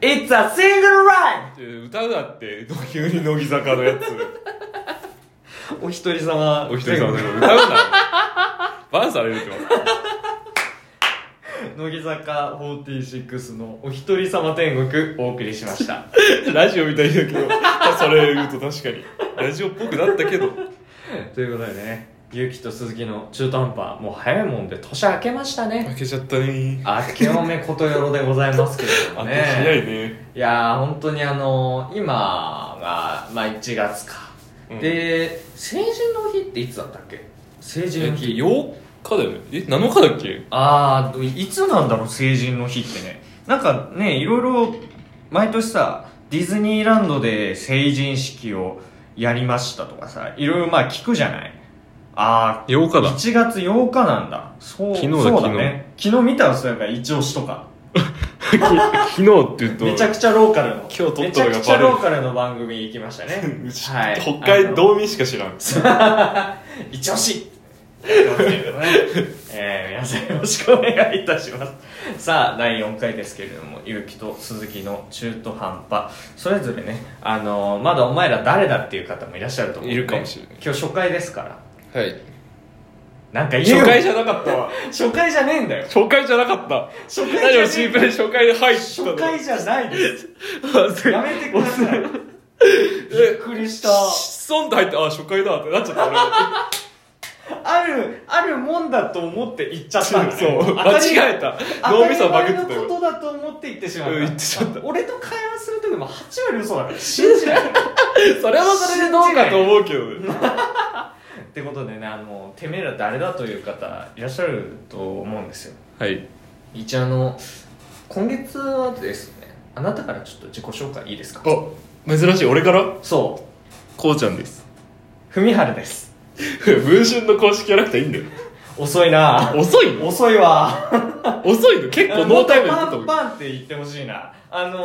It's a single ride! えー歌うだって急に乃木坂のやつお一人様。 お一人様で歌うなバンされるってこ乃木坂46のお一人様天国お送りしました。とラジオみたいだけどそれ言うと確かにラジオっぽくなったけど ということでね、ゆきと鈴木の中途半端、もう早いもんで年明けましたね。負けちゃったね明けおめことよろでございますけれどあもんね。た早いねいやー本当にあのー、今が、まあ、1月か、うんで成人の日っていつだったっけ成人えのっと日8日だよねえ7日だっけああいつなんだろう成人の日ってねなんかねいろいろ毎年さディズニーランドで成人式をやりましたとかさいろいろまあ聞くじゃないああ8日だ1月8日なんだそう昨日だそうだね昨日見たらそうやから一押しとかき昨日って言うとめちゃくちゃローカルの今日撮ったのがバレるめちゃくちゃローカルの番組行きましたね、はい、 北海道民しか知らん一押しやってますけどねえー、皆さんよろしくお願いいたしますさあ第4回ですけれどもゆうきと鈴木の中途半端それぞれね、あのーまだお前ら誰だっていう方もいらっしゃると思うんでいるかもしれない今日初回ですからはいなんか言え初よ回じゃなかったわ初回じゃねえんだよ 初回じゃなかった初回じゃねえ何をシンプルに初回で入ったの初回じゃないです初やめてくださいびっくりしたソンと入ってあ初回だってなっちゃった俺あるあるもんだと思って言っちゃったんだ、ね、そう当たり間違えた当た脳みりそバグ前ってのこたよとだと思って言ってしまった、うん言ってしまった俺と会話する時も8割嘘だから信じない それはそれでどうかと思うけどねってことでねあのてめえら誰だという方いらっしゃると思うんですよはい一応あの今月はですねあなたからちょっと自己紹介いいですかあ珍しい俺からそこうちゃんですう文春です文春の公式キャラクターいいんだよ遅いな 遅いの遅いわ遅いの結構ノータイムで撮もっっとパたンもパンって言ってほしいなあの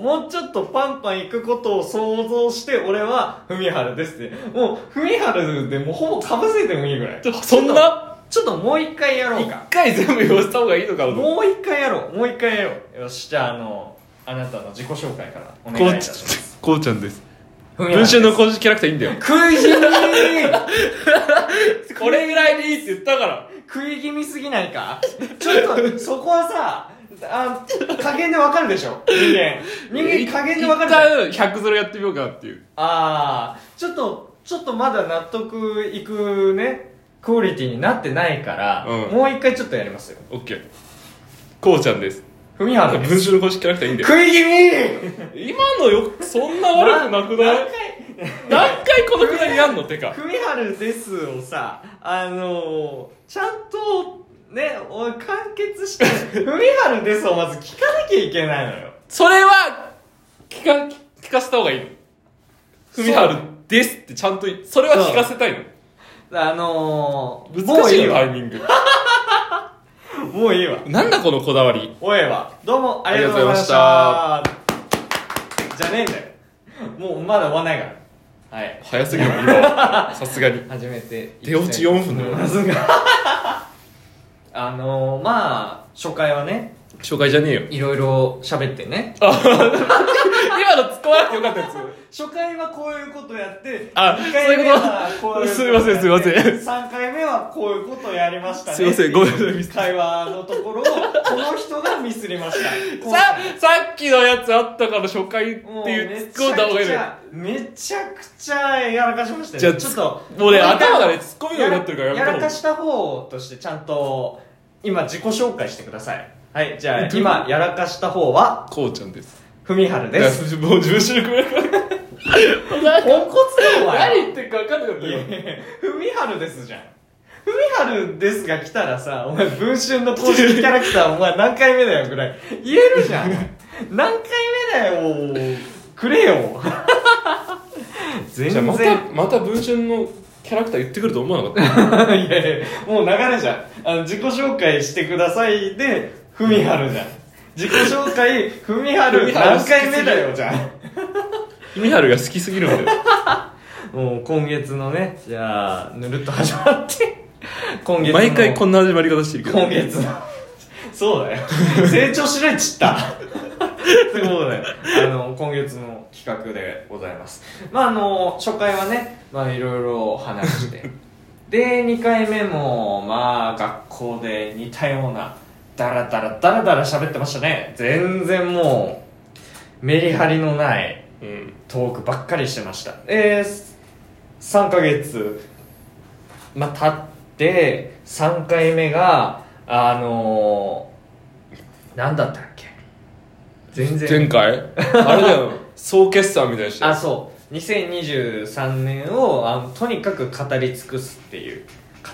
ー、もうちょっとパンパン行くことを想像して俺は文春ですってもう文春でもうほぼかぶせてもいいぐらいんそんなちょっともう一回やろう一か回全部用した方がいいのかなと思っもう一回やろうもう一回やろうよしじゃああのあなたの自己紹介からお願いいたしますたこうちゃんです文文春の公式キャラクターいいんだよ食い気味これぐらいでいいって言ったから食い気味すぎないかちょっとそこはさあ加減でわかるでしょ人間人間加減でわかるでしょ一旦100ゼロやってみようかなっていうああちょっとちょっとまだ納得いくねクオリティになってないから、うんもう一回ちょっとやりますよオッケーこうちゃんですふみは文春の公式キャラクターいいんだよ食い気味今のよそんな悪くなくない何回このくだりやんのてかふみはるですをさあのー、ちゃんとねお完結してふみはるですをまず聞かなきゃいけないのよそれは聞か聞かせた方がいいのふみはるですってちゃんとそれは聞かせたいのあのー、も難うしいいいよわタイミングもういいわなんだこのこだわりおえはどうもありがとうございましたじゃねえんだよもうまだ終わんないからはい早すぎるもん今はさすがに始めて出落ち4分だよまず あのー、まあ初回はね紹介じゃねえよいろいろ喋ってね今の突っ込まなくてよかったやつ初回はこういうことやってあ二回目はこういうことやってそういうことすいませんすいません3回目はこういうことをやりましたねすいませんごめんなさいミス会話のところをこの人がミスりましたささっきのやつあったから初回っていう突っ込んだ方がいいのよめちゃくちゃやらかしましたよじゃあちょっともうね一回頭がね突っ込むようになってるからやめた方がいいらかした方としてちゃんと今自己紹介してくださいはいじゃあどう今やらかした方はこうちゃんですふみはるですいやもう自分主力ポンコツだお何前言ってるか分かんなかったいよやいやふみはるですじゃんふみはるですが来たらさお前文春の公式キャラクターお前何回目だよぐらい言えるじゃん何回目だよくれよ全じゃあ然またまた文春のキャラクター言ってくると思わなかっ たいやいや、もう流れじゃん。あの、自己紹介してくださいで、ふみはるじゃん。自己紹介、ふみはふるみはる何回目だよ、じゃん。 君春が好きすぎるんだよ もう今月のね、じゃあ、ぬるっと始まって、今月の。毎回こんな始まり方してるけど今月の。そうだよ。成長しろいっちった。ということで、あの、今月の企画でございます。まあ、あの、初回はね、まあ、いろいろ話して。で、2回目も、まあ、学校で似たような、ダラダラダラダラ喋ってましたね。全然もう、メリハリのないうんトークばっかりしてました。えー、3ヶ月、まあ、経って、3回目が、あのー、なんだったっけ全然。前 回あれだよ総決算みたいにしてあそう2023年をあのとにかく語り尽くすっていう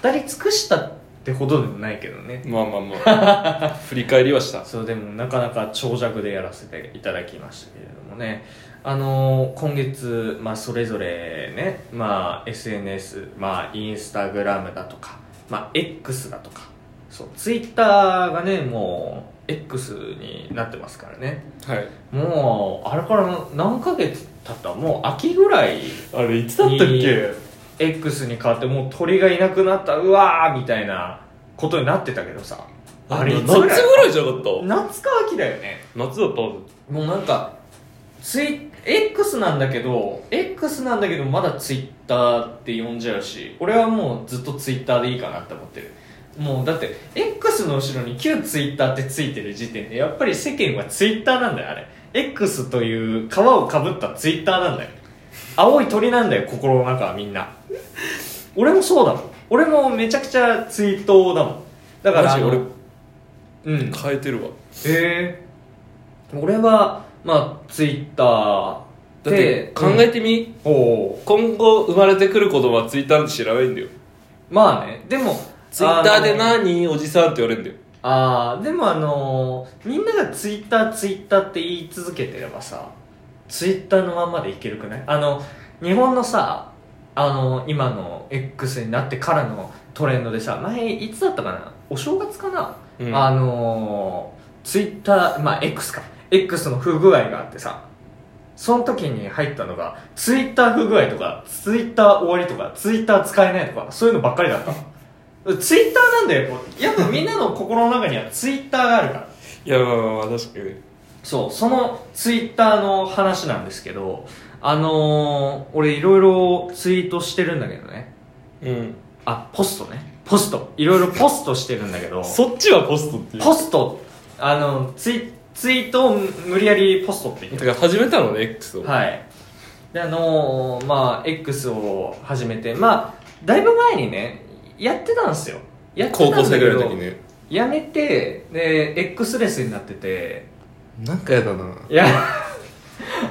語り尽くしたってほどでもないけどねまあまあまあ振り返りはしたそうでもなかなか長尺でやらせていただきましたけれどもねあのー今月、まあ、それぞれね、まあ、SNS、まあ、インスタグラムだとか、まあ、X だとかそうツイッターがねもう X になってますからねはいもうあれから何ヶ月経ったもう秋ぐらいあれいつだったっけ X に変わってもう鳥がいなくなったうわーみたいなことになってたけどさあれい夏つぐらいじゃなかった夏か秋だよね夏だったはもうなんかツイ X なんだけど X なんだけどまだツイッターって呼んじゃうし俺はもうずっとツイッターでいいかなって思ってるもうだって X の後ろに旧ツイッターってついてる時点でやっぱり世間はツイッターなんだよあれ X という皮をかぶったツイッターなんだよ青い鳥なんだよ心の中はみんな俺もそうだもん俺もめちゃくちゃツイートだもんだからマジあの俺うんず変えてるわへえ俺はまあツイッターだって考えてみ、おお今後生まれてくる子供はツイッターなんて知らないんだよまあねでもツイッターであの何おじさんって言われるんだよあーでもあのーみんながツイッターツイッターって言い続けてればさツイッターのまんまでいけるくないあの日本のさあの今の X になってからのトレンドでさ前いつだったかなお正月かな、うんあのー、ツイッター、まあ、X か。X の不具合があってさ、その時に入ったのが、ツイッター不具合とか、ツイッター終わりとか、ツイッター使えないとか、そういうのばっかりだったの。ツイッターなんだよ、こうやっぱみんなの心の中にはツイッターがあるから。いやまあまあまあ確かにねそう、そのツイッターの話なんですけど、あのー、俺いろいろツイートしてるんだけどね。うんあ、ポストね。ポスト。いろいろポストしてるんだけど。そっちはポストっていうポストあのツイツイートを無理やりポストって言ってだから始めたのね X を、るはいであのーまあ X を始めてまあだいぶ前にねやってたんですよやってたんだけ高校ど生ぐらいの時ねやめてで X レスになっててなんかやだないや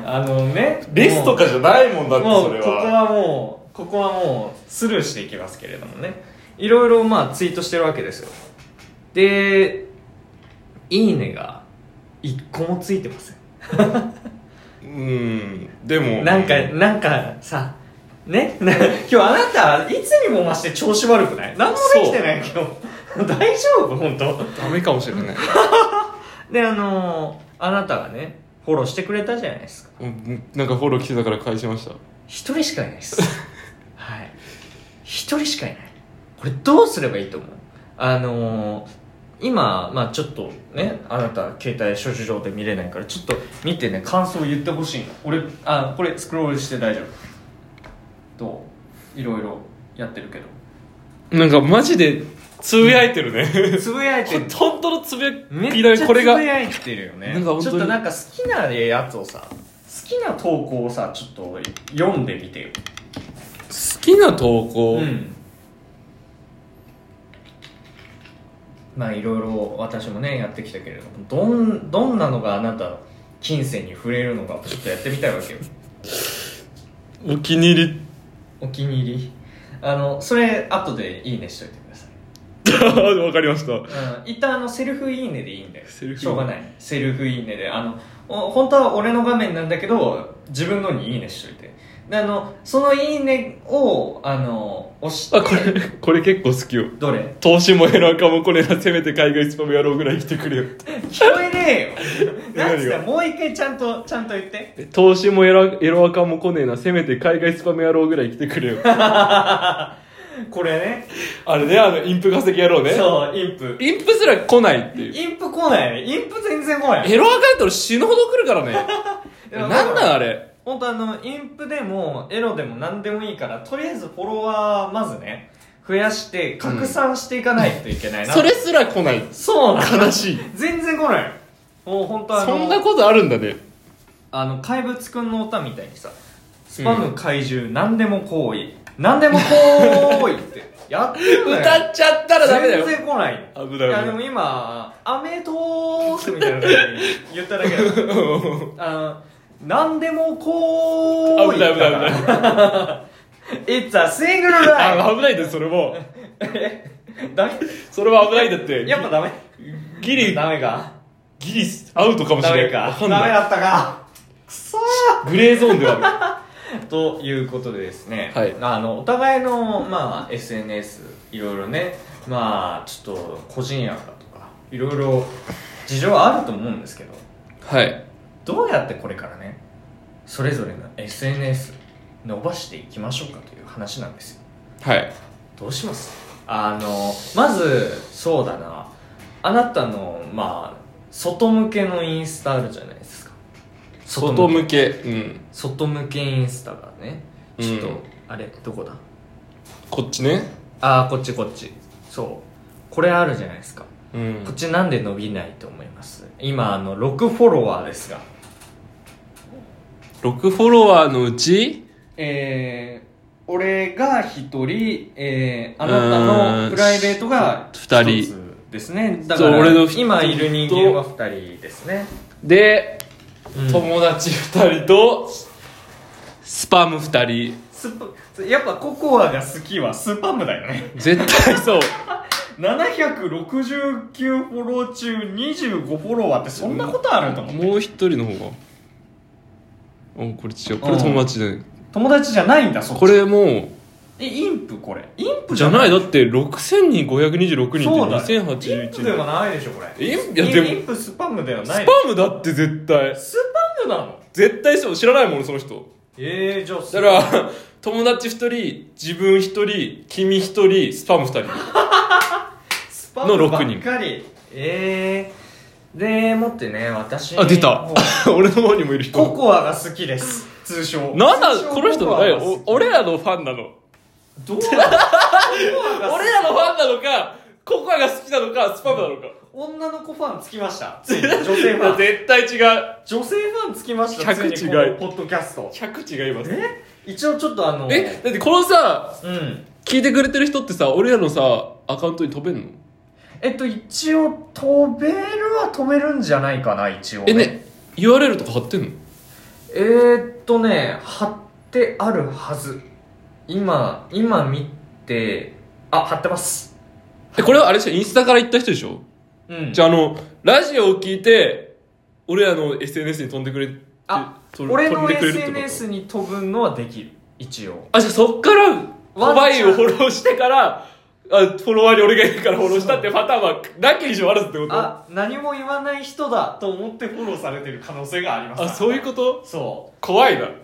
あのねレスとかじゃないもんだってもうもそうれここははもうここはもうスルーしていきますけれどもねいろいろまあツイートしてるわけですよで「いいね」が一個もついてませんうんでもなんか、なんかさ、ね、 な今日あなた、いつにも増して調子悪くない何もできてない今日。 大丈夫本当ダメかもしれないで、あのーあなたがね、フォローしてくれたじゃないですか。うんなんかフォロー来てたから返しました一人しかいないです。はい。一人しかいない。これどうすればいいと思うあのー今、まあちょっとね、あなた携帯諸事情で見れないから、ちょっと見てね、感想を言ってほしいの。俺、あ、これスクロールして大丈夫。どういろいろやってるけど。なんかマジでつぶやいてるねつぶやいてる本当のつぶやめきっだちねゃこれがつぶやいてるよねなんか本ち当ょにっとなんか好きなやつをさ好きな投稿をさちょっと読んでみてよ好きな投稿、うんまあいろいろ私もねやってきたけれどもどんどんなのがあなたの金銭に触れるのかちょっとやってみたいわけよお気に入りお気に入りあのそれ後でいいねしといてくださいわかりましたうん、一旦あのセルフいいねでいいんだよセルフいいねしょうがないセルフいいねであのお本当は俺の画面なんだけど自分のにいいねしといてであのそのいいねをあの押してあこれこれ結構好きよどれ投資もヘラカもこれなせめて海外スパムやろうぐらい来てくれよ聞こえねえよなんつっ何たがもう一回ちゃんとちゃんと言って投資もエラエロアカも来ねえなせめて海外スパムやろうぐらい来てくれよこれね あれねあのインプ稼ぎ野郎ねそうインプインプすら来ないっていうインプ来ないねインプ全然来ないエロアカウントの死ぬほど来る からねなんなんあれ本当あのインプでもエロでも何でもいいからとりあえずフォロワーまずね増やして拡散していかないといけないな、それすら来ないそうなの悲しい全然来ないもう本当あのそんなことあるんだねあの怪物くんの歌みたいにさスパム怪獣何でも行為何でも行為ってやってるのよ歌っちゃったらダメだよ全然来ない危ない危いやでなもい今「アメトーク」みたいな感じに言った だけだよあの何でもこう危ない危ない危ない It's a single life あ危ないんだよそれもえダメそれは危ないんだってやっぱダメギリダメかギリアウトかもしダれなメいかわダかメんないだったかくそグレーゾーンではあーということでですね、はいあのお互いの、まあ、SNS いろいろねまあちょっと個人やかとかいろいろ事情はあると思うんですけどるはいどうやってこれからねそれぞれの SNS 伸ばしていきましょうかという話なんですよはいどうしますあのまずそうだなあなたのまあ外向けのインスタあるじゃないですか外け向けうん外向けインスタがねちょっと、うんあれどこだこっちねああこっちこっちそうこれあるじゃないですかうんこっちなんで伸びないと思います今あの6フォロワーですが6フォロワーのうちえー、俺が一人、えー、あなたのプライベートがうーん一二つ人ですねだからそう俺の二人今いる人間は二人ですね、でうん友達2人とスパム2人スパやっぱココアが好きはスパムだよね絶対そう769フォロー中25フォロワーってそんなことあると思う、もう1人の方がおこれ違うこれ友達だね友達じゃないんだそっちこれもえインプこれインプうじゃないだだって6526そうだ人ってインプで2081はないでしょこれインプいやでもインプスパムではなスいパムだって絶対スパムなの絶対そう知らないもんその人ええー、じゃあス だから友達1人自分1人君1人スパム2人 スパムのば六っ人かりええー、でもってね私あ出たもう俺の方にもいる人ココアが好きです通称なん通だ称この人ココアがだ好きお俺らのファンなのどうなのココアが好き俺らのファンなのかココアが好きなのかスパムなのか女の子ファンつきましたついに女性いファやン絶対違う女性ファンつきました100ついにこの違いポッドキャスト100違いますえ一応ちょっとあのえだってこのさうん聞いてくれてる人ってさ俺らのさアカウントに飛べんのえっと一応飛べるは飛べるんじゃないかな一応、えね URL とか貼ってんのえー、っとね貼ってあるはず今今見てあ貼ってますえこれはあれでしょインスタから行った人でしょうんじゃああのラジオを聞いて俺らの SNS に飛んでくれてあと俺の飛んでくれるってこと SNS に飛ぶのはできる一応あじゃあそっからワンコバイチャンをフォローしてからあフォロワーに俺がいるからフォローしたってパターンはなき以上あるってことああ何も言わない人だと思ってフォローされてる可能性がありますそういうことそ怖いないう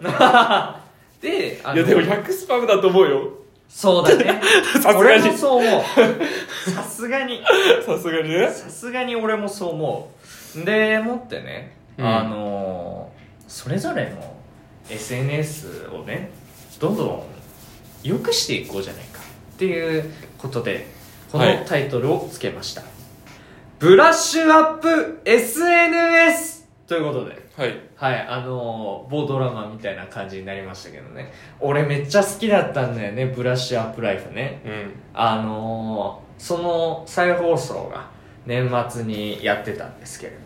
であのやでも100スパムだと思うよそうだね さすがに俺もそう思 うさすがにさすがにねさすがに俺もそう思うでもってね、うんあのーそれぞれの SNS をねどんどん良くしていこうじゃないかっていうことでこのはいタイトルをつけました、ブラッシュアップ SNS ということではいはいあのー某ドラマみたいな感じになりましたけどね俺めっちゃ好きだったんだよねブラッシュアップライフねうんあのーその再放送が年末にやってたんですけれども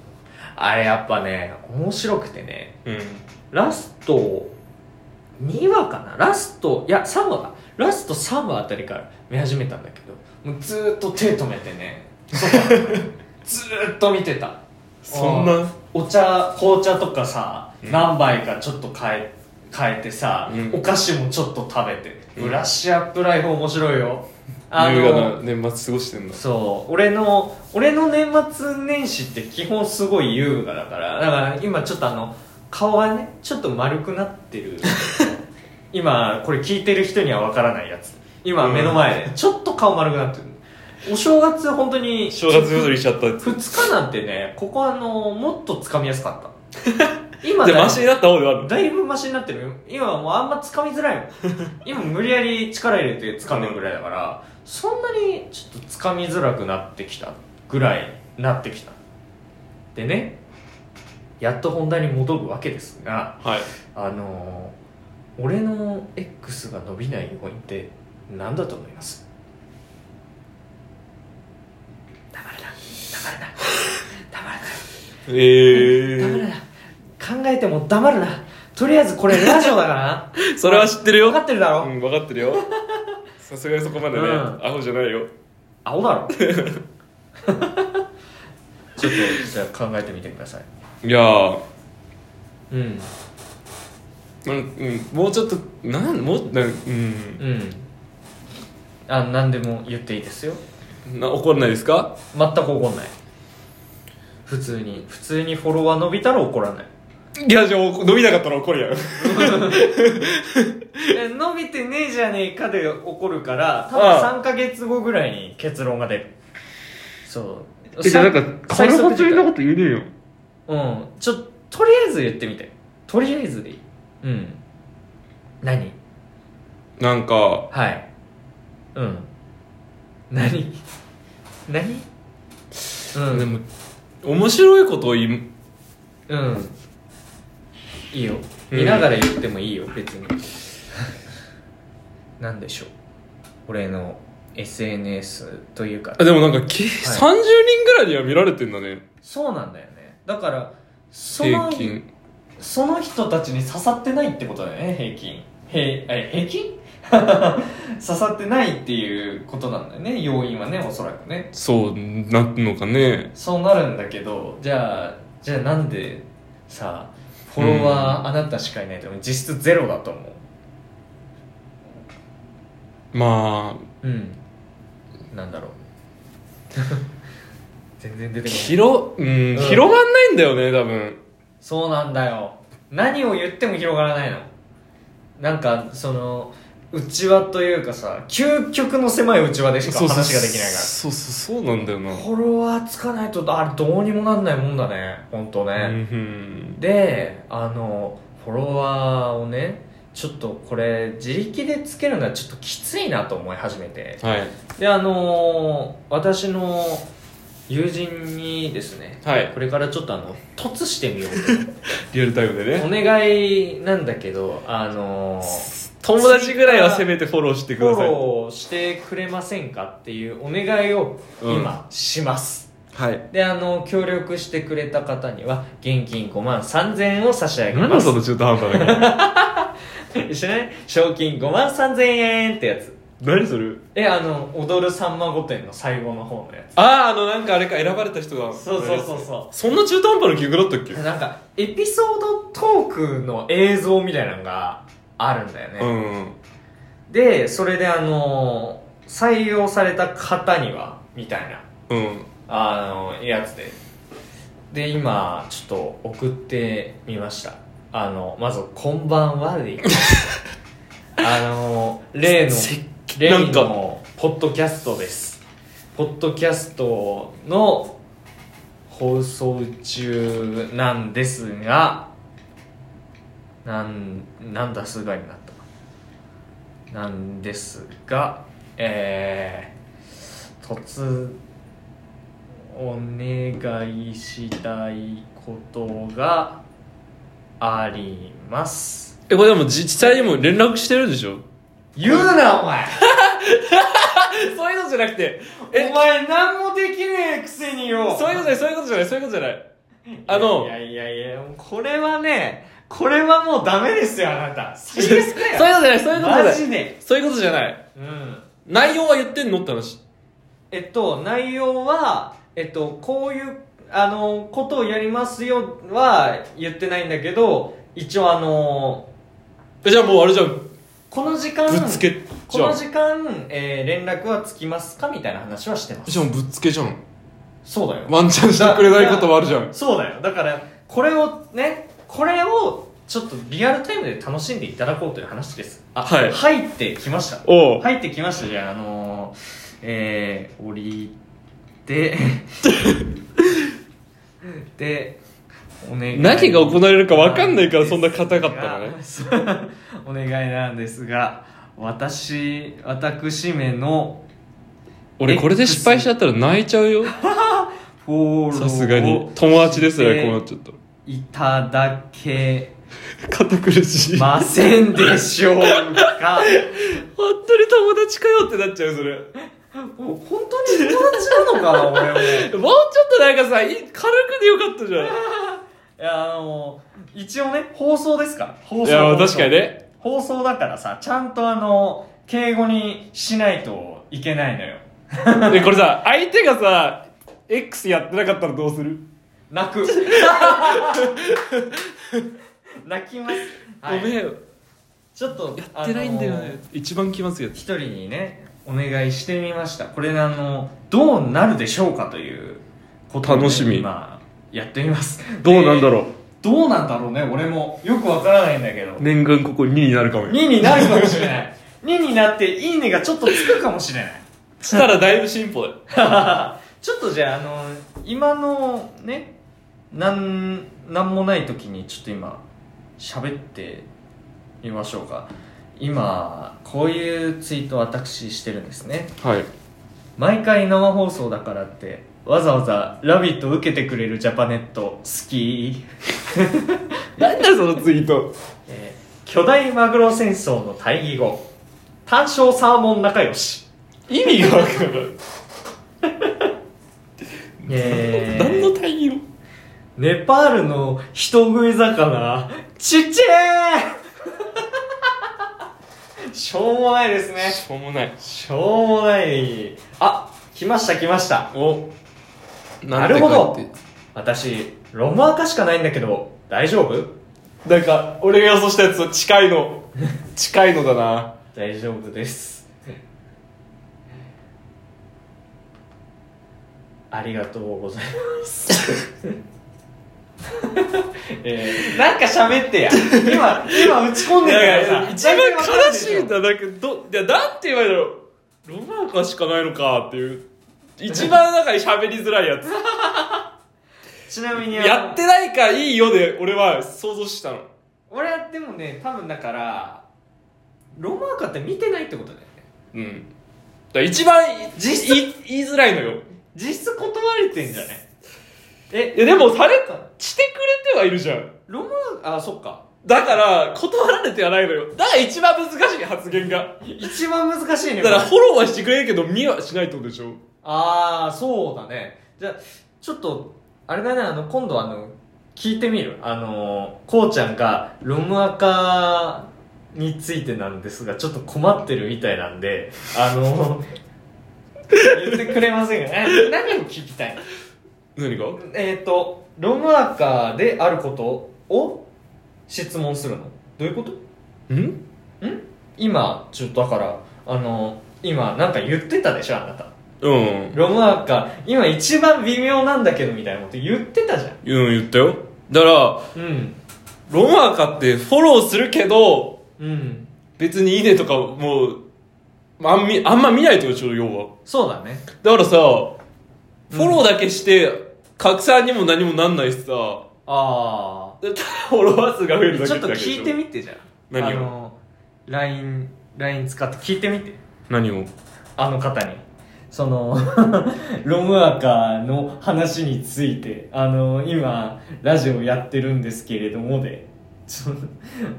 あれやっぱね面白くてねうんラスト2話かなラストいや3話だラスト3話あたりから見始めたんだけどもうずーっと手止めてねそ ばずーっと見てたそんなうんお茶紅茶とかさ、うん何杯かちょっと変え変えてさ、うんお菓子もちょっと食べて、うんブラッシュアップライフ面白いよ優雅な年末過ごしてんだそう俺の俺の年末年始って基本すごい優雅だからだから今ちょっとあの顔が ねちょっと丸くなってる今これ聞いてる人にはわからないやつ今目の前でちょっと顔丸くなってるお正月本当に正月太りしちゃったやつ2日なんてねここあのもっと掴みやすかった 今でだいマシになった方ではあるだいぶマシになってるよ今はもうあんま掴みづらいもん今無理やり力入れて掴んでるぐらいだからそんなにちょっと掴みづらくなってきたぐらいになってきたでねやっと本題に戻るわけですがはいあのー俺の X が伸びない要因って何だと思いますたまるなたまるなたまるなえ黙ー、るな考えても黙るなとりあえずこれラジオだからな それは知ってるよ分かってるだろ、うん分かってるよ さすがにそこまでね、うんアホじゃないよ青だろ ちょっとじゃあ考えてみてくださいいやーうんうん、うん、もうちょっとなんもうなんううんんあ何でも言っていいですよな怒らないですか全く怒んない普通に普通にフォロワー伸びたら怒らないいやじゃあお伸びなかったら怒るや んえ 伸びてねえじゃねえかで怒るから多ああ分3ヶ月後ぐらいに結論が出るそう最速時間と言えねえようん。ちょ、とりあえず言ってみて。とりあえずでいい。うん。何なんかはい。うん。何何うん。でも面白いことを言いうん。いいよ。うん見ながら言ってもいいよ、別に。 なんでしょう。俺の SNS というかあ、でもなんか、け30人ぐらいには見られてんだねそうなんだよね。だから、そ平の、均その人たちに刺さってないってことだよね平均平え平均 刺さってないっていうことなんだよね要因はねおそらくねそうなるのかねそうなるんだけどじゃあじゃあなんでさフォロワーあなたしかいないと思う実質ゼロだと思まううんなんだろう 全然出あてこない広、うん、ん広がんないんだよね多分そうなんだよ何を言っても広がらないのなんかその内輪というかさ究極の狭い内輪でしかそうそう話ができないかそうそうそうなんだよならフォロワーつかないとあれどうにもなんないもんだね本当うね、んであのフォロワーをねちょっとこれ自力でつけるのはちょっときついなと思い始めてはいであの私の友人にですねはいこれからちょっとあの凸してみようとリアルタイムでおね願いなんだけどあの友達ぐらいはせめてフォローしてくフォださいローしてくれませんかっていうお願いを今します、はいであの協力してくれた方には現金5万3000円を差し上げ何まだすその中途半端な感しない賞金5万3000円ってやつ 何それえあの踊るさんま御殿の最後の方のやつあああのなんかあれか選ばれた人がそうそうそうそそんな中途半端な曲だったっけうなんかエピソードトークの映像みたいなのがあるんだよね、うんでそれであの採用された方にはみたいなうんあのやつでで今ちょっと送ってみましたあのまず「こんばんは」でいいあの例のせなん例かのポッドキャストですポッドキャストの放送中なんですがなんなんだすがになったなんですがえー、突お願いしたいことがありますえこれでも自治体にも連絡してるでしょ言うなお前そういうのじゃなくてえお前何もできねえくせによそういうことじゃないそういうことじゃないそういうことじゃないあのいやいやいやこれはねこれはもうダメですよあなた最そうい悪うことだじよゃないそういうことじマゃないジでそういうことじゃないうん内容は言ってんのって話えっと内容はえっとこういうあのことをやりますよは言ってないんだけど一応あのえじゃあもうあれじゃんぶこの時間っつけこじゃのん時間、えー連絡はつきますかみたいな話はしてますじゃあもうぶっつけじゃんそうだよワンチャンしてくれないこともあるじゃんそうだよだからこれをねこれをちょっとリアルタイムで楽しんでいただこうという話ですあはい入ってきましたおう入ってきましたじゃああのー、えー、降り てでお願い何が行われるか分かんないからですそんな硬かったのねが お願いなんですが私私めの俺これで失敗しちゃったら泣いちゃうよフォローをさすがに友達ですらこうなっちゃったらいただけ堅苦しいませんでしょうか本当に友達かよってなっちゃうそれもうもう本当に友達なのかな俺もちょっとなんかさい軽くでよかったじゃんいやあの一応ね放送ですから放い送やまあ放送確かにね放送だからさちゃんとあの敬語にしないといけないのよでこれさ相手がさ X やってなかったらどうする、泣 く泣きます、はいごめんやちょっとやってないんだよね、一番気まずいやつ一人にねお願いしてみましたこれあのどうなるでしょうかということをね楽しみ今やってみますどうなんだうろうどうなんだろうね俺もよくわからないんだけど、念願ここ2になるかもよ2になるかもしれない2になって「いいね」がちょっとつくかもしれないしたらだいぶ進歩だよ ちょっとじゃああの今のねなんなんもない時にちょっと今喋ってみましょうか今こういうツイート私してるんですねはい毎回生放送だからってわざわざ「ラビット!」受けてくれるジャパネット好き、なんだそのツイートえー巨大マグロ戦争の対義語単勝サーモン仲良し意味がわからないえー 何の対応ネパールの人食い魚ちっちゃいしょうもないですねしょうもないしょうもないあ来ました来ましたおなるほど私ロマン赤しかないんだけど大丈夫なんか俺が予想したやつと近 いの近いのだな大丈夫ですありがとうございます えー、なんか喋ってや今今打ち込んいでるやいからやさ一番悲しいんだだなんかどいやなんて言えばいいんだろうロマンカしかないのかっていう一番なんか喋りづらいやつちなみにあのやってないからいいよで俺は想像したの俺はでもね多分だからロマーカって見てないってことだよねうんだから一番い実い言いづらいのよ実質断れてんじゃねえいやでもされしてくれてはいるじゃんロマーカあそっかだから断られてはないのよだから一番難しい発言が一番難しいねだからこれフォローはしてくれるけど見はしないってことでしょああそうだねじゃあちょっとあれだねあの今度あの聞いてみるあのこうちゃんがロムアカについてなんですがちょっと困ってるみたいなんであの 言ってくれませんかえ何を聞きたいの何がえっ、とロムアカであることを質問するのどういうことん今ちょっとだからあの今なんか言ってたでしょあなたうんロムアカ今一番微妙なんだけどみたいなこと言ってたじゃん言ったよだからうんロマーカってフォローするけどうん別に「いいね」とかもうあんみあんま見ないってことでしょ要はそうだねだからさフォローだけして、拡散にも何もなんないしさあでただフォロワー数が増えるあだちょけっと聞いてみみてじゃん何をあの LINE, LINE 使って聞いてみて何をあの方にその ロムアカの話についてあの今ラジオやってるんですけれどもで ちょ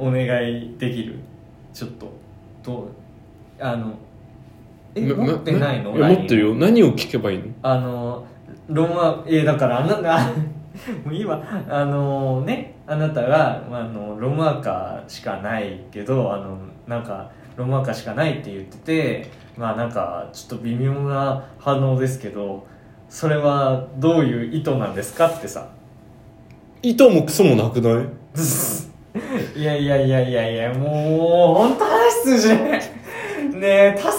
お願いできるちょっとどうあのえな持ってないのや LINE 持ってるよ何を聞けばいいのあのロマえだからあなた もう今あのねあなたが、まあ、あのロマーカーしかないけどあのなんかロマーカーしかないって言っててまあなんかちょっと微妙な反応ですけどそれはどういう意図なんですかってさ意図もクソもなくないいやいやいやいやいやもう本当話通じねえねえ助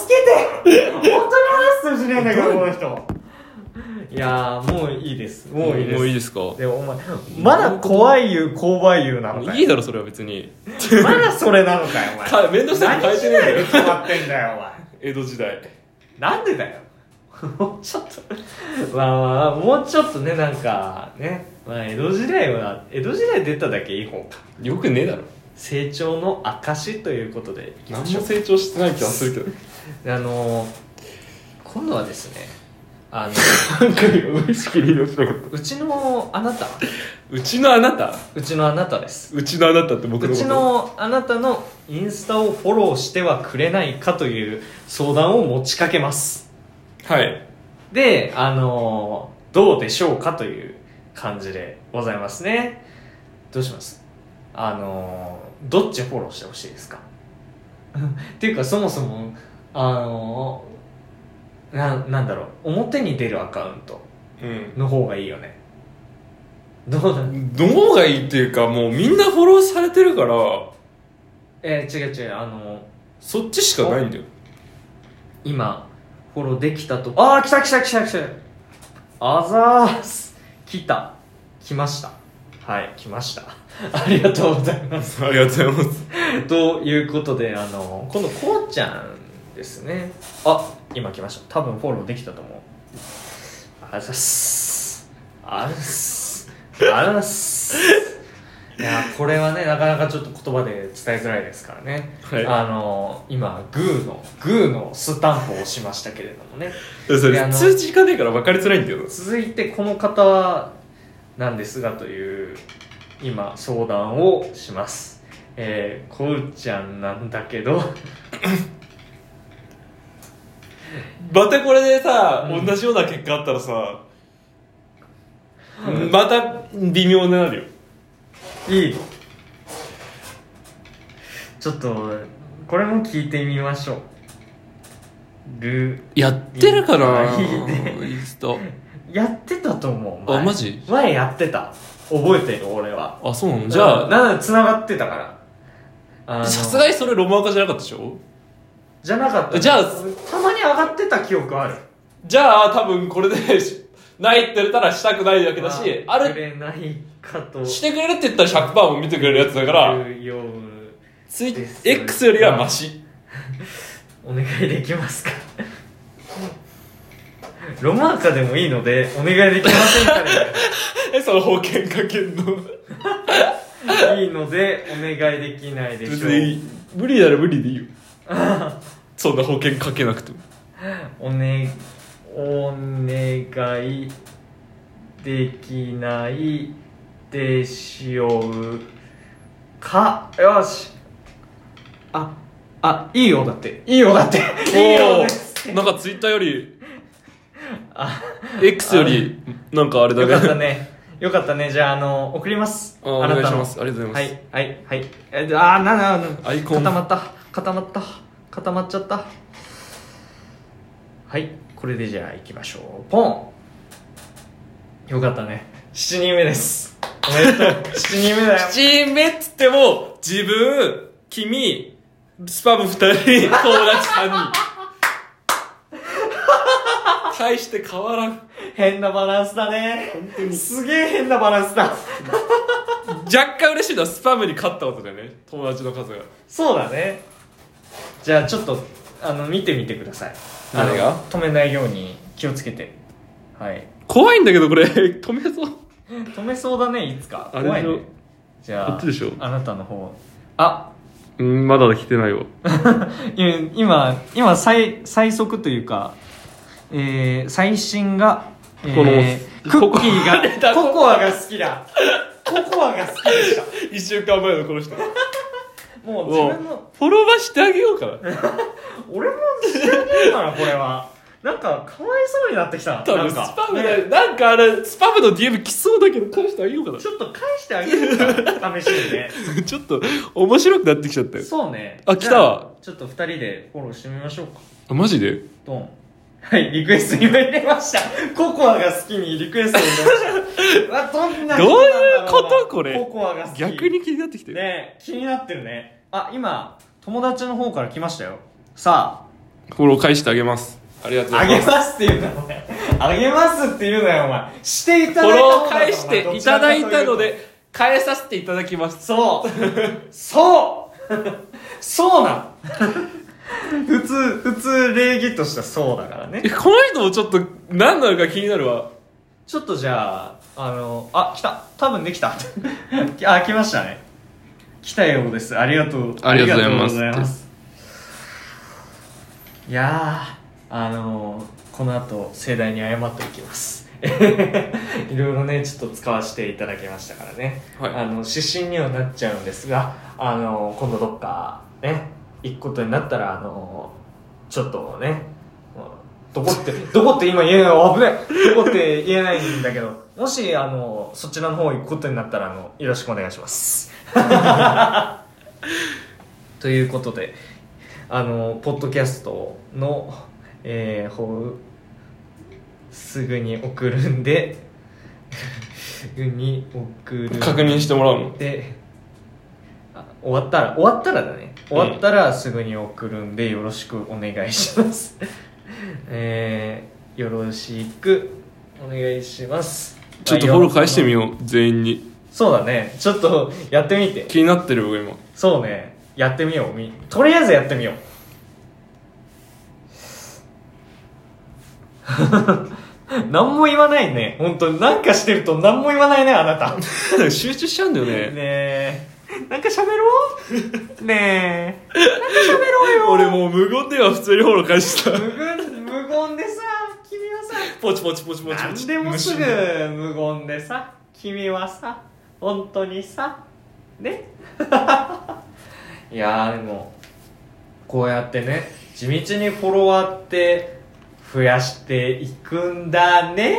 けて本当に話通じねえんだけどこの人いやーもういいですもういいですもういいですかでもお前まだ怖い言う勾配言うなのかいいよだろそれは別にまだそれなのかよお前か面倒くさいの変えてねえんだ何時代よで決まってんだよお前江戸時代なんでだよもうちょっとまあまあもうちょっとねなんかねまあ江戸時代は江戸時代出ただけいい方かよくねえだろ成長の証ということでいき何まもしょう成長してない気がするけどあのー今度はですねあのなんか無意識に言い出しなかったうちのあなたうちのあなたうちのあなたですうちのあなたって僕うのことちのあなたのインスタをフォローしてはくれないかという相談を持ちかけますはいであのーどうでしょうかという感じでございますねどうしますあのーどっちフォローしてほしいですか っていうかそもそもあのーななんだろう表に出るアカウントうんの方がいいよねどうだどうがいいっていうかもうみんなフォローされてるからえー違う違うあのーそっちしかないんだよ今フォローできたとああ来た来た来た来たあざーす来た来ましたはい来ました ありがとうございますありがとうございますということであの今度こうちゃんですねあ今来ました多分フォローできたと思うあざっすあざっすあざっすいやこれはねなかなかちょっと言葉で伝えづらいですからね、はいあの今グーのグーのスタンプを押しましたけれどもねそでれあの通知いかねえから分かりづらいんだよな続いてこの方なんですがという今相談をしますえー、こうちゃんなんだけどまたこれでさ、うん同じような結果あったらさ、また微妙になるよいいのちょっとこれも聞いてみましょうルやってるかないいねインスタやってたと思うあマジ前やってた覚えてる俺はあそうなのじゃあなつながってたからあのさすがにそれロマン化じゃなかったでしょじゃなかったじゃあたまに上がってた記憶あるじゃあ多分これでしないって言ったらしたくないだけだしまあくれれないかとしてくれるって言ったら100%も見てくれるやつだからいうようツイです X よりはマシお願いできますか ロマンカでもいいのでお願いできませんかねえその保険かけんの いいのでお願いできないでしょ別うに無理なら無理でい いよそんな保険かけなくてもおねお願いできないでしょうかよしああいいよだっていいよだっていいよおですーなんかツイッターよりあ X よりなんかあれだよねかったねよかったねじゃああの送りますあおなた願いのしますありがとうございます、はいはいはいえあーなななアイコン固まった固まった固まっちゃったはいこれでじゃあ行きましょうポンよかったね7人目ですおめでとう 7人目だよ7人目っつっても自分君スパム2人友達3人大して変わらん変なバランスだねすげえ変なバランスだ若干嬉しいのはスパムに勝ったことだよね友達の数がそうだねじゃあちょっとあの見てみてくださいあの何が止めないように気をつけてはい怖いんだけどこれ止めそう止めそうだねいつかあれ怖いねでしょじゃあこっちでしょあなたの方あ うんまだ来てないわいや今今最最速というか、えー、最新が、えー、こクのッキーここ出たがココアが好きだココアが好きで し1週間前のこの人たもう自もう分のフォロワーしてあげようかな俺も知らねえからこれはなんかかわいそうになってきた多な分んスかパムねだなんかあれスパムの DM 来そうだけど返してあげようかなちょっと返してあげるから試しに ねちょっと面白くなってきちゃったよそうねあ来たわじゃあちょっと二人でフォローしてみましょうかあマジでドンはいリクエストに入れましたココアが好きにリクエスト入れま したうわどんな人なんだろなどういうことこれココアが好き逆に気になってきてる、ねえ気になってるねあ今友達の方から来ましたよさフォロー返してあげますありがとうごあざあいげますますっていうかね あげますって言うなよお前していフたォだいた方だぞロー返していただいたので返させていただきますそうそうそうなの 普通普通礼儀としてはそうだからねえこの人もちょっと何なのか気になるわちょっとじゃあ、あの、あ、来た。多分できた。 あ、来ましたね。来たようです。ありがとう。ありがとうごあざいますりがとうございます。いやー、あのこの後、盛大に謝っておきます。 いろいろね、ちょっと使わせていただきましたからね。はいあの、指針にはなっちゃうんですが、あの今度どっか、ね、行くことになったら、あのちょっとね、どこって、 どこって今言えない、危ねどこって言えないんだけど、もし、あの、そちらの方行くことになったら、あの、よろしくお願いし ます。ということで、あの、ポッドキャストの、えー、ほすぐに送るんで、すぐに送るんで。確認してもらうのであ終わったら終わったらだね終わったらすぐに送るんでよろしくお願いしますえー、よろしくお願いしますちょっとフォロー返してみようよう全員にそうだねちょっとやってみて気になってる僕今そうねやってみようみとりあえずやってみよう 何も言わないね本当になんかしてると何も言わないねあなた 集中しちゃうんだよねねえなんか喋ろうねえなんか喋ろうよ 俺もう無言では普通にフォロー返した無言無言でさ君はさポチポチポチポチポ何チでもすぐ無心無言でさ君はさ本当にさね いやーでもこうやってね地道にフォロワーって増やしていくんだね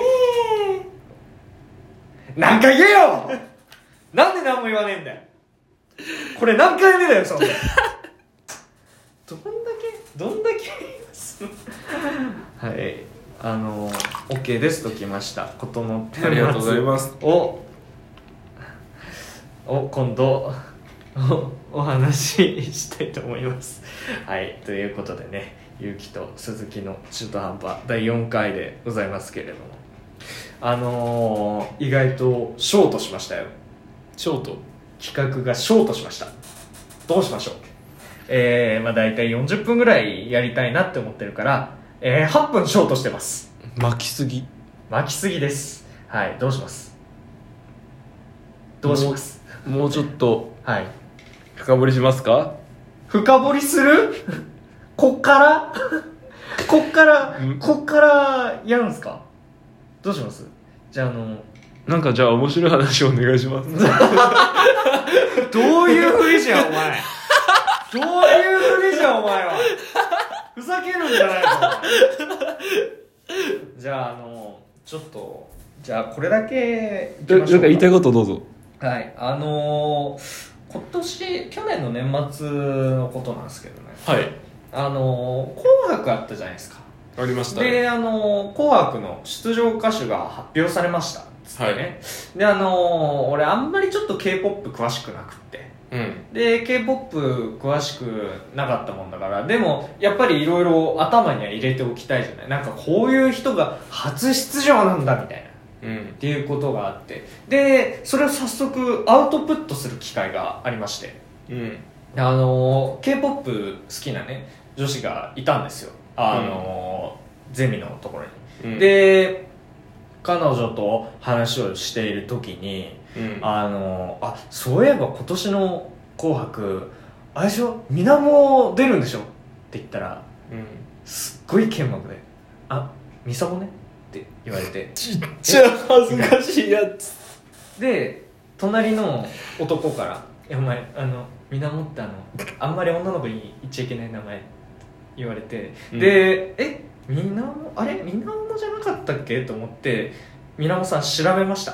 なんか言えよなんで何も言わねえんだよこれ何回目だよそんなどんだけどんだけ言いますはいあの OK ですときましたことのありがとうございますをを今度おお話ししたいと思いますはいということでねゆうきと鈴木の中途半端第4回でございますけれどもあのー、意外とショートしましたよショート企画がショートしましたどうしましょうえー、まあ大体40分ぐらいやりたいなって思ってるから、えー、8分ショートしてます巻きすぎ巻きすぎですはいどうしますどうしますもうちょっとはい深掘りしますか深掘りする こっから こっからうんこっからやるんすかどうしますじゃああのなんかじゃあ面白い話をお願いします どういうふりじゃんお前 どういうふりじゃんお前はふざけるんじゃないぞ お前じゃああのちょっとじゃあこれだけいきなんましょかう言いたいことどうぞはいあのー今年去年の年末のことなんですけどねはいあのー紅白あったじゃないですかありましで、あの、紅白の出場歌手が発表されました。つってね。はいで、あの、俺あんまりちょっと K-POP 詳しくなくって。うんで、K-POP 詳しくなかったもんだから、でも、やっぱりいろいろ頭には入れておきたいじゃないなんかこういう人が初出場なんだみたいな。うんっていうことがあって。で、それを早速アウトプットする機会がありまして。うんあのー、K-POP 好きなね、女子がいたんですよ。あのー、ゼミのところに。うん、で彼女と話をしている時にうん、あのあそういえば今年の「紅白」あれでしょみなも出るんでしょって言ったらうん、すっごい剣幕で「あみさもね」って言われてちっちゃ恥ずかしいやつで隣の男から「いやお前あのみなもってあのあんまり女の子に言っちゃいけない名前」言われて、うんで「えみなもあれみなもじゃなかったっけ?」と思ってみなもさん調べました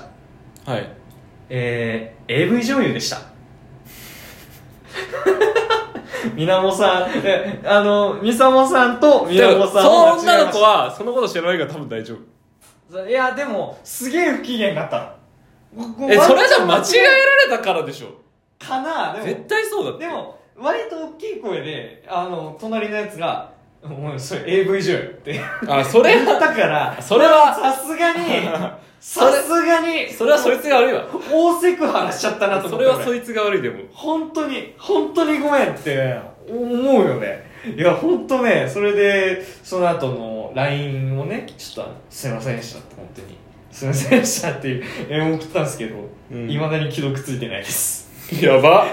はいえー、AV 女優でした。 みなもさん、えあの、みさもさんとみでなももさんそをの間違えま女のし子はそのこと知らないから多分大丈夫た。いや、でも、すげえ不機嫌だったの。えそれじゃ間違えいられたからでしょかなでも絶対そうだってでも割と大きい声であの隣のやつが「お前それ AV 女優ってあそれ言ったからそれはさすがにそされすがにそれはそいつが悪いわ大セクハラしちゃったなと思そってれはそいいつが悪いでも本当に本当にごめんって思うよねいや本当ねそれでその後の LINE をねちょっとすいませんでしたって本当にすいませんでしたっていうえー送ったんですけどういんま、未だに既読ついてないですやば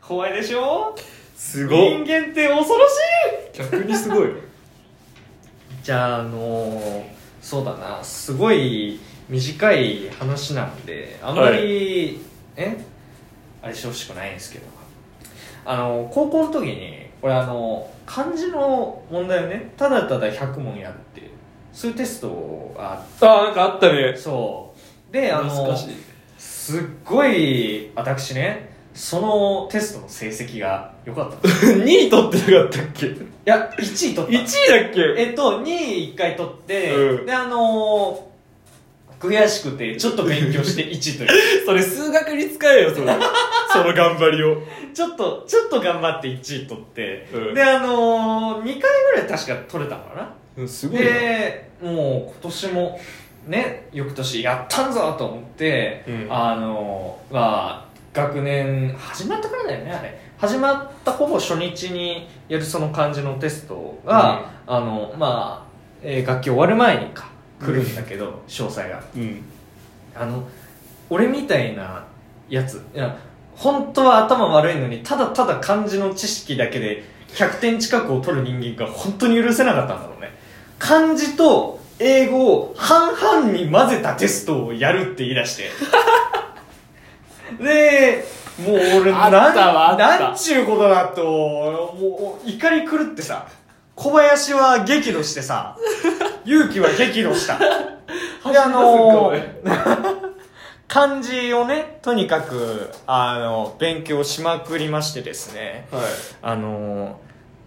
怖いでしょすご人い間って恐ろしい逆にすごいじゃあ、あのーそうだな、すごい短い話なんで、あんまり、はえあれしてほしくないんですけど、あの高校の時に、これあの漢字の問題をね、ただただ100問やるっていう、そういうテストがあっあなんかあったねて、そう。で、あの懐かしいすっごい、私ね、そのテストの成績が良かったんです。 2位取ってなかったっけ1いや、1位取った。位だっけえっと、2位1回取って、うんで、あのー悔しくて、ちょっと勉強して1という。 それ数学に使えよそれ その頑張りをちょっと、ちょっと頑張って1位取って、うんで、あのー、2回ぐらい確か取れたのかな。うんすごいなで、もう今年も、ね、翌年やったんぞと思って、うんあのー、まあ、学年、始まったからいだよね、あれ。始まったほぼ初日にやるその漢字のテストが、あの、まあ、えー楽器終わる前にか、来るんだけど、詳細が。うんあの俺みたいなやついや本当は頭悪いのにただただ漢字の知識だけで100点近くを取る人間が本当に許せなかったんだろうね漢字と英語を半々に混ぜたテストをやるって言い出してでもう俺あなんったわあったなんちゅうことだともう怒り狂ってさ小林は激怒してさ勇気は激怒 したであのー漢字をねとにかくあの勉強しまくりましてですねはいあの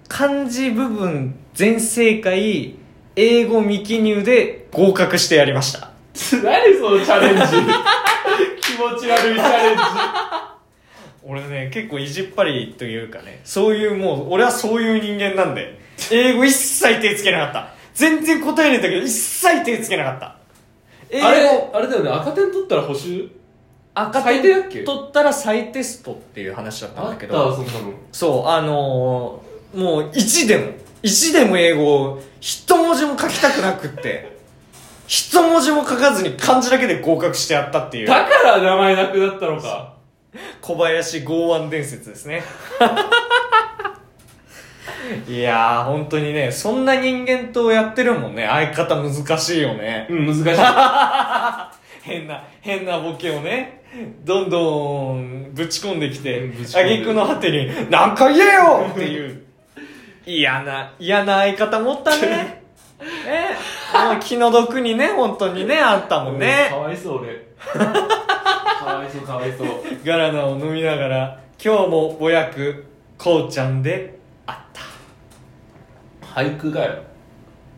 漢字部分全正解英語未記入で合格してやりました 何そのチャレンジ 気持ち悪いチャレンジ俺ね結構意地っ張りというかねそういうもう俺はそういう人間なんで英語一切手つけなかった全然答えねえんだけど一切手つけなかった英あれあれだよね赤点取ったら補修赤最低だっけ点取ったら再テストっていう話だったんだけどそんなのそう、あのーもう1でも、1でも英語を一文字も書きたくなくって、一文字も書かずに漢字だけで合格してやったっていう、だから名前なくなったのか小林剛腕伝説ですね。いやー、本当にね、そんな人間とやってるもんね、相方難しいよね。 うん難しい変な、変なボケをね、どんどんぶち込んできうてんぶ、ち込んで挙句の果てに、なんか言えよっていう、嫌な、嫌な相方持 ったね。ねもう気の毒にね、本当にね、あったもんかね。わいそう 俺かわいそうかわいそうガラナを飲みながら、今日もぼやく、こうちゃんであった。俳句がよ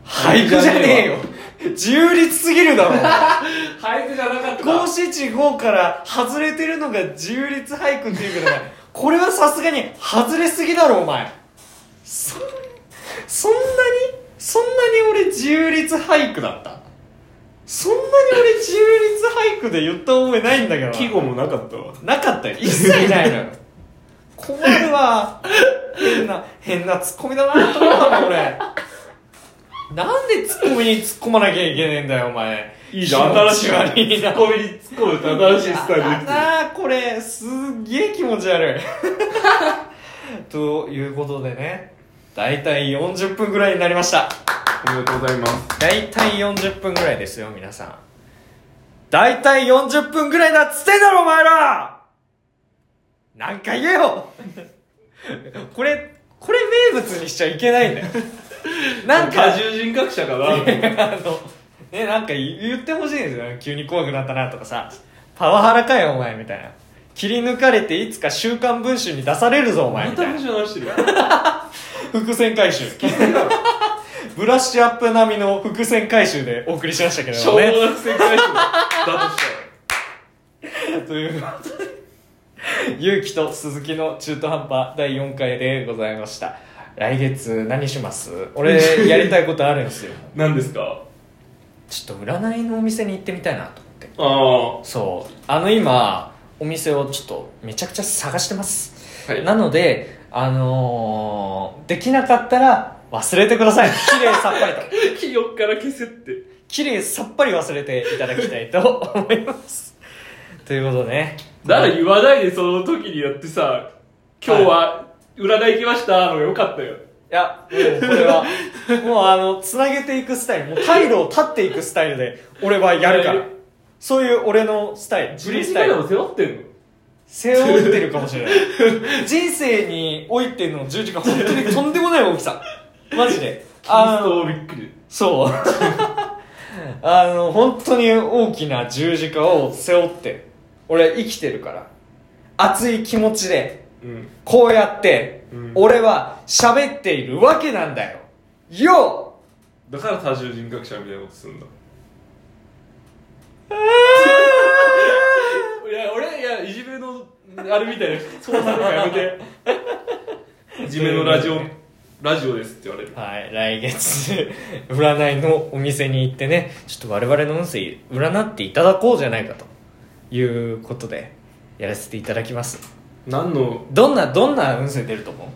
俳句じゃねえよ。自由律すぎるだろ。俳句じゃな かった五七五から外れてるのが自由律俳句っていうけどねこれはさすがに外れすぎだろお前そんそんなにそんなに俺自由律俳句だったそんなに俺自由律俳句で言った覚えないんだけどな季語もなかったわなかったよ一切ない のよ困るわ変な変なツッコミだなと思ったもん俺なんでツッコミに突っ込まなきゃいけねえんだよお前いいじゃん 新しい気持ち悪いツなッコミに突っ込む新しいスタイルでやきてるだなこれすっげえ気持ち悪 いということでね大体40分ぐらいになりましたおめでとうございます大体40分ぐらいですよ皆さん大体40分ぐらいだっつってんだろお前らなんか言えよ これこれ名物にしちゃいけないんだよなんか多重人格者かなあの、ね、なんか言ってほしいんですよ。急に怖くなったなとかさ、パワハラかよ、お前、みたいな。切り抜かれていつか週刊文春に出されるぞ、お前、まみたたい話な。を直してるよ伏線回収。ブラッシュアップ並みの伏線回収でお送りしましたけれど小も学ね。生回数だとしということで、勇気と鈴木の中途半端第4回でございました。来月何します 俺やりたいことあるんですよ何ですかちょっと占いのお店に行ってみたいなと思ってああはそうあの今お店をちょっとめちゃくちゃ探してますいなのであのーできなかったら忘れてくだ さい綺麗さっぱりと記憶から消せって綺麗さっぱり忘れていただきたいと 思いますということでねなら言わないでその時にやってさ今日は占い来ましたのがよかったよいや、もうこれは、 もうあの、つなげていくスタイル、もう回路を立っていくスタイルで、俺はやるかいらやいや。そういう俺のスタイル、ブ自リ立ッスジタカイル、でも背負ってんの背負ってるかもしれ ない。人生においての十字架、本当にとんでもない大き さ。マジで。キリあスの、トびっくりそう。 あの、本当に大きな十字架を背負って、俺生きてるから。熱い気持ちで、うんこうやって、うん俺は喋っているわけなんだよ。ようだから多重人格者みたいなことすんだ いや俺いやいじめのあれみたいな操作とかやめ ていじめのラジオラジオですって言われるはい、来月、 占いのお店に行ってね、ちょっと我々の運勢、占っていただこうじゃないかということで、やらせていただきます。何のどんな、どんな運勢出ると思う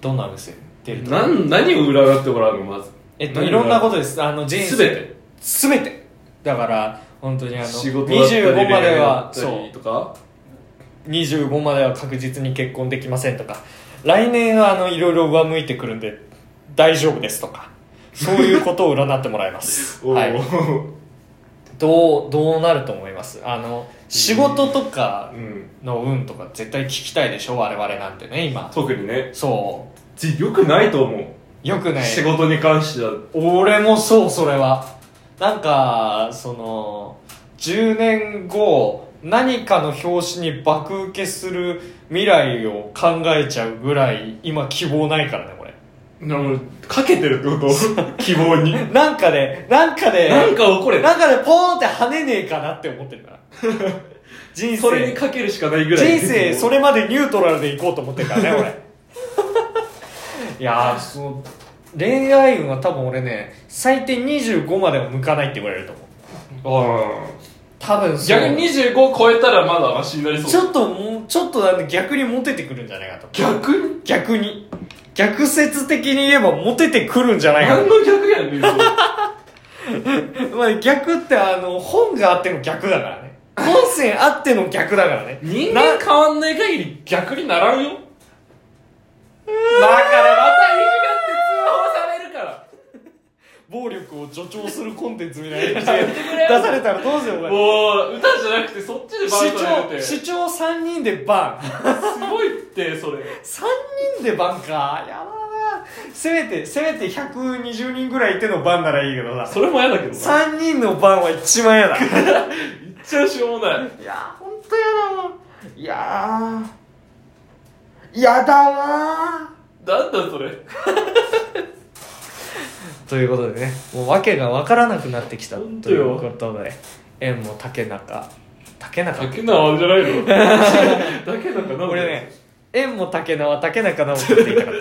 どんな運勢出ると思う何何を占ってもらうのまずえっと、いろんなことでです。あの、人生。全てすべて。だから、本当にあの、仕事だったり25までは、恋愛だったそりとかう、25までは確実に結婚できませんとか、来年はあの、いろいろ上向いてくるんで、大丈夫ですとか、そういうことを占ってもらいます。 おーはい。どうどうなると思いますあの仕事とかうんの運とか絶対聞きたいでしょ我々なんてね今特にねそじよくないと思ううよくね仕事に関しては俺もそうそれはなんかその10年後何かの表紙に爆受けする未来を考えちゃうぐらい今希望ないからねこれ なるほどかけてるってこと希望になんかで、なんかでなんか起これなんかでポーンって跳ねねえかなって思ってるから 人生それにかけるしかないぐらい人生それまでニュートラルでいこうと思ってるからね 俺いやーその恋愛運は多分俺ね最低25までは向かないって言われると思うあ多分あそう逆に25超えたらまだマシになりちそうょっともうちょっとなんで逆にモテてくるんじゃないかと逆に逆に逆説的に言えばモテてくるんじゃないか何の逆やねんと、まあ、逆ってあの本があっての逆だからね本線あっての逆だからね 人な間変わんない限り逆になら んよだからまたいいだって通報されるから暴力を助長するコンテンツみたいな 出やめてくれよされたらどうしようお前もう歌じゃなくてそっち主でバンされるっ張てす主張3人でバンごいってそれ3人でバンかやだなせめてせめて120人ぐらいいてのバンならいいけどさそれも嫌だけどな3人のバンは一番嫌だい言っちゃうしょうもないや本当やだわいやーやだわなんだそれということでねもう訳が分からなくなってきたとほんといようことで縁も竹中竹中竹縄じゃない の竹なんかなんだよ俺ね縁も竹縄竹中直樹って言いたかっ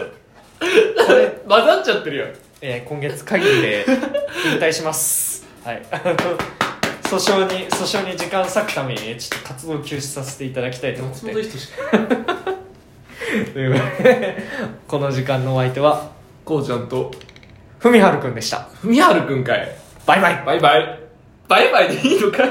たこれ混ざっちゃってるやんえー今月限りで引退しますはい あの訴訟に訴訟に時間割くためにねちょっと活動を休止させていただきたいと思って松本人志ということで この時間のお相手はこうちゃんとふみはるくんでしたふみはるくんかいバイバイバイバイバイバイでいいのか